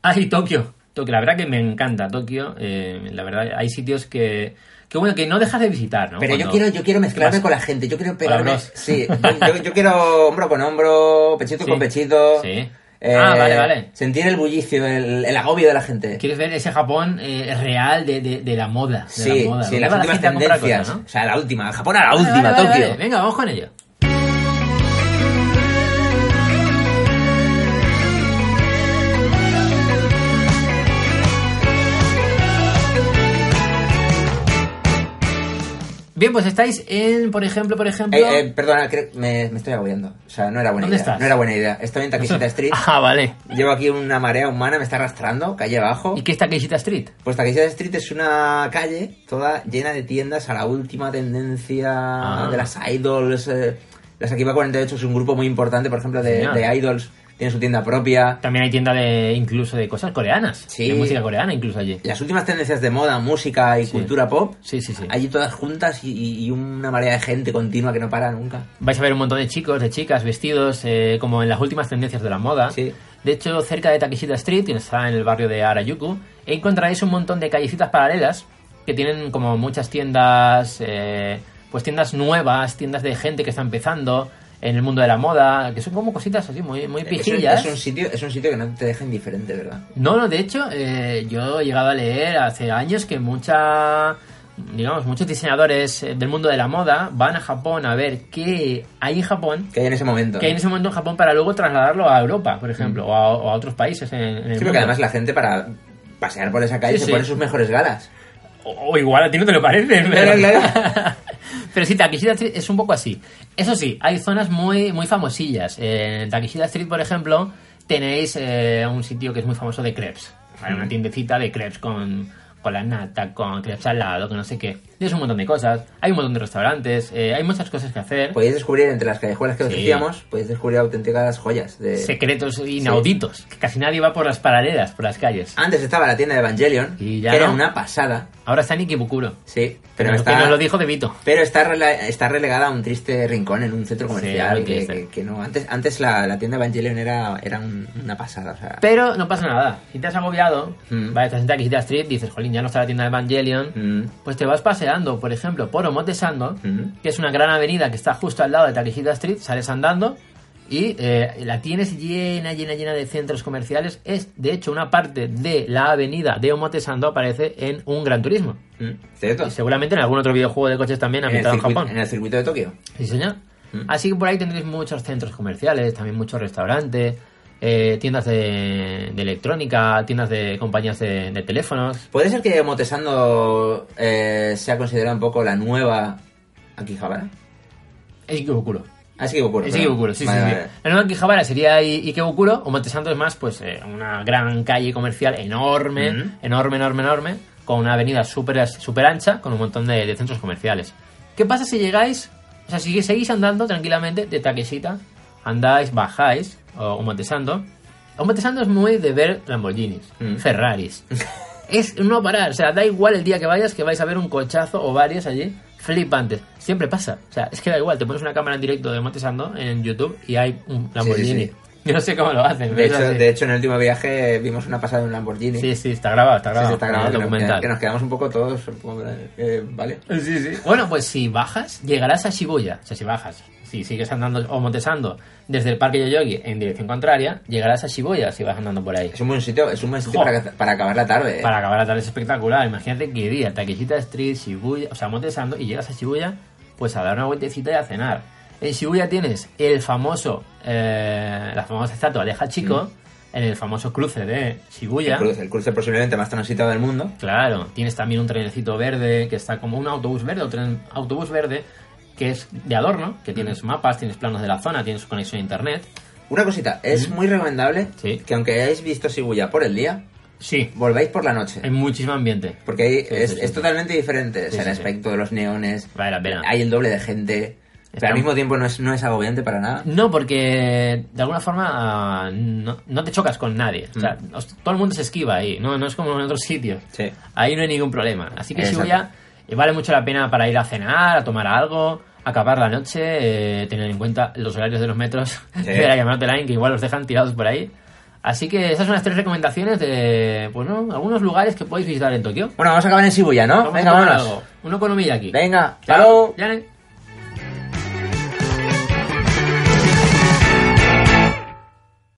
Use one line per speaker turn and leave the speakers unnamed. Ay, Ah, Tokio. Tokio, la verdad que me encanta Tokio. Eh, la verdad, hay sitios que, que bueno, que no dejas de visitar, ¿no?
Pero yo
Cuando-
quiero, yo quiero mezclarme
vas-
con la gente, yo quiero pegarme.
bros.
Sí, yo, yo quiero hombro con hombro, pechito
Sí,
con pechito.
sí.
eh,
Ah, vale, vale.
Sentir el bullicio, el, el agobio de la gente.
Quieres ver ese Japón eh, real de, de, de la moda. De
Sí,
la moda.
sí,
¿Dónde
las
va la
últimas
gente a comprar
tendencias.
cosas,
O sea, la última, Japón a la
Vale,
última,
vale, vale,
Tokio.
vale. Venga, vamos con ello. Bien, pues estáis en, por ejemplo, por ejemplo...
Eh, eh, perdona, creo- me, me estoy agobiando. O sea, no era buena
¿Dónde
idea.
estás?
No era buena idea. Estoy en Takeshita Street.
Ah, vale.
Llevo aquí una marea humana, me está arrastrando, calle abajo.
¿Y qué es Takeshita Street?
Pues Takeshita Street es una calle toda llena de tiendas a la última tendencia
Ah.
de las idols. eh, las Akiba 48 es un grupo muy importante, por ejemplo, de,
Genial.
de idols. Tiene su tienda propia.
También hay tienda de incluso de cosas coreanas.
Sí.
De música coreana incluso allí.
Las últimas tendencias de moda, música y cultura pop,
Sí, sí, sí.
allí todas juntas y- y, y una marea de gente continua que no para nunca.
Vais a ver un montón de chicos, de chicas, vestidos, eh, como en las últimas tendencias de la moda.
Sí.
De hecho, cerca de Takeshita Street, que está en el barrio de Harajuku, encontraréis un montón de callecitas paralelas que tienen como muchas tiendas, eh, pues tiendas nuevas, tiendas de gente que está empezando en el mundo de la moda, que son como cositas así muy, muy
Es un,
pijillas.
es un sitio, es un sitio que no te deja indiferente, ¿verdad?
No, no, de hecho, eh, yo he llegado a leer hace años que mucha, digamos, muchos diseñadores eh, del mundo de la moda van a Japón a ver qué hay en Japón,
Que hay en ese momento.
que hay en ese momento en Japón para luego trasladarlo a Europa, por ejemplo, o, a, o a otros países en, en el
Mm. Sí,
mundo.
porque además la gente para pasear por esa calle
Sí,
se
sí.
pone sus mejores galas.
O, o igual a ti no te lo parece.
Claro,
pero...
claro.
pero sí, Takeshita Street es un poco así. Eso sí, hay zonas muy, muy famosillas. Eh, En Takeshita Street, por ejemplo, tenéis eh, un sitio que es muy famoso de crepes. Hay una tiendecita de crepes con, con la nata, con crepes al lado, con no sé qué. Tienes un montón de cosas. Hay un montón de restaurantes. eh, hay muchas cosas que hacer.
Podéis descubrir entre las callejuelas que os
Sí.
decíamos, podéis descubrir auténticas joyas. De...
secretos inauditos. Que casi nadie va por las paralelas, por las calles.
Antes estaba la tienda de Evangelion,
Y ya
que era
no.
una pasada,
Ahora está en Ikebukuro.
sí, pero
Que
está,
nos lo dijo De Vito.
pero está, rela- está relegada a un triste rincón en un centro
Sí,
comercial
muy
que,
triste.
que- que no. Antes, antes la, la tienda de Evangelion era, era un- una pasada, o sea,
Pero no pasa nada. Si te has agobiado,
Mm.
vale, estás en Takeshita Street, dices, jolín, ya no está la tienda de Evangelion.
mm,
Pues te vas paseando, por ejemplo, por Omote Sando,
Mm.
que es una gran avenida que está justo al lado de Takeshita Street, sales andando y eh, la tienes llena, llena, llena de centros comerciales. Es, de hecho, una parte de la avenida de Omote Sando aparece en un Gran Turismo.
mm, ¿cierto?
Y seguramente en algún otro videojuego de coches también
En el,
ambientado en
circuito,
Japón.
en el circuito de Tokio.
Sí, señor. Así que por ahí tendréis muchos centros comerciales, también muchos restaurantes, eh, tiendas de, de electrónica, tiendas de compañías de, de teléfonos.
¿Puede ser que Motesando eh, sea considerada un poco la nueva Akihabara?
Es Ikebukuro.
Ah, es Ikebukuro.
Es
perdón.
Ikebukuro, sí,
Vale,
sí, sí.
vale.
La nueva Quijabara sería I- Ikebukuro, o Montesanto es más, pues, eh, una gran calle comercial enorme,
Ujú.
enorme, enorme, enorme, con una avenida súper super ancha, con un montón de, de centros comerciales. ¿Qué pasa si llegáis, o sea, si seguís andando tranquilamente de Takeshita, andáis, bajáis, o, o Montesanto? O Montesanto es muy de ver Lamborghinis,
Ujú.
Ferraris. es no parar, o sea, da igual el día que vayas que vais a ver un cochazo o varios allí flipantes. Siempre pasa, o sea, es que da igual, te pones una cámara en directo de Montesando en YouTube y hay un Lamborghini.
Sí, sí,
Yo no sé cómo lo hacen,
De
pero
hecho,
es así.
de hecho, en el último viaje vimos una pasada de un Lamborghini.
Sí, sí, está grabado, está
Sí,
grabado.
sí, está
en
grabado,
el
que nos-
documental.
Que nos quedamos un poco todos. un poco, eh, vale.
Sí, sí. Bueno, pues si bajas, llegarás a Shibuya. O sea, si bajas, si sigues andando o montesando desde el parque Yoyogi en dirección contraria, llegarás a Shibuya si vas andando por ahí.
Es un buen sitio, es un buen sitio
Jo.
para, para acabar la tarde. eh.
Para acabar la tarde es espectacular. Imagínate qué día. Takeshita Street, Shibuya. O sea, Montesando y llegas a Shibuya, pues a dar una vueltecita y a cenar. En Shibuya tienes el famoso, eh, la famosa estatua de Hachiko en el famoso cruce de Shibuya.
Mm. eh. El cruce, el cruce posiblemente más transitado del mundo.
Claro, tienes también un trenecito verde que está como un autobús verde, o tren autobús verde que es de adorno,
Mm.
que tienes mapas, tienes planos de la zona, tienes conexión a internet.
Una cosita, es muy recomendable
Sí.
que aunque hayáis visto Shibuya por el día,
Sí,
volváis por la noche.
hay muchísimo ambiente.
Porque ahí
Em, Sí,
es,
sí, sí,
es
sí.
totalmente diferente. o sea,
sí,
el
sí.
aspecto de los neones.
Vale la pena.
Hay el doble de gente. Pero
Está-
al mismo tiempo no es, no es agobiante para nada.
No, porque de alguna forma ah, no, no te chocas con nadie. O sea,
Mm.
os- todo el mundo se esquiva ahí, no, no es como en otros sitios.
Sí.
Ahí no hay ningún problema. Así que
Exacto.
Shibuya eh, vale mucho la pena para ir a cenar, a tomar algo, acabar la noche, eh, tener en cuenta los horarios de los metros
Sí.
de la Yamato Line, que igual los dejan tirados por ahí. Así que esas son las tres recomendaciones de pues, ¿no? algunos lugares que podéis visitar en Tokio.
Bueno, vamos a acabar en Shibuya, ¿no?
Vamos a
Venga,
tomar
vámonos.
algo. Uno con aquí.
Venga, hasta luego.
Ya, ¿eh?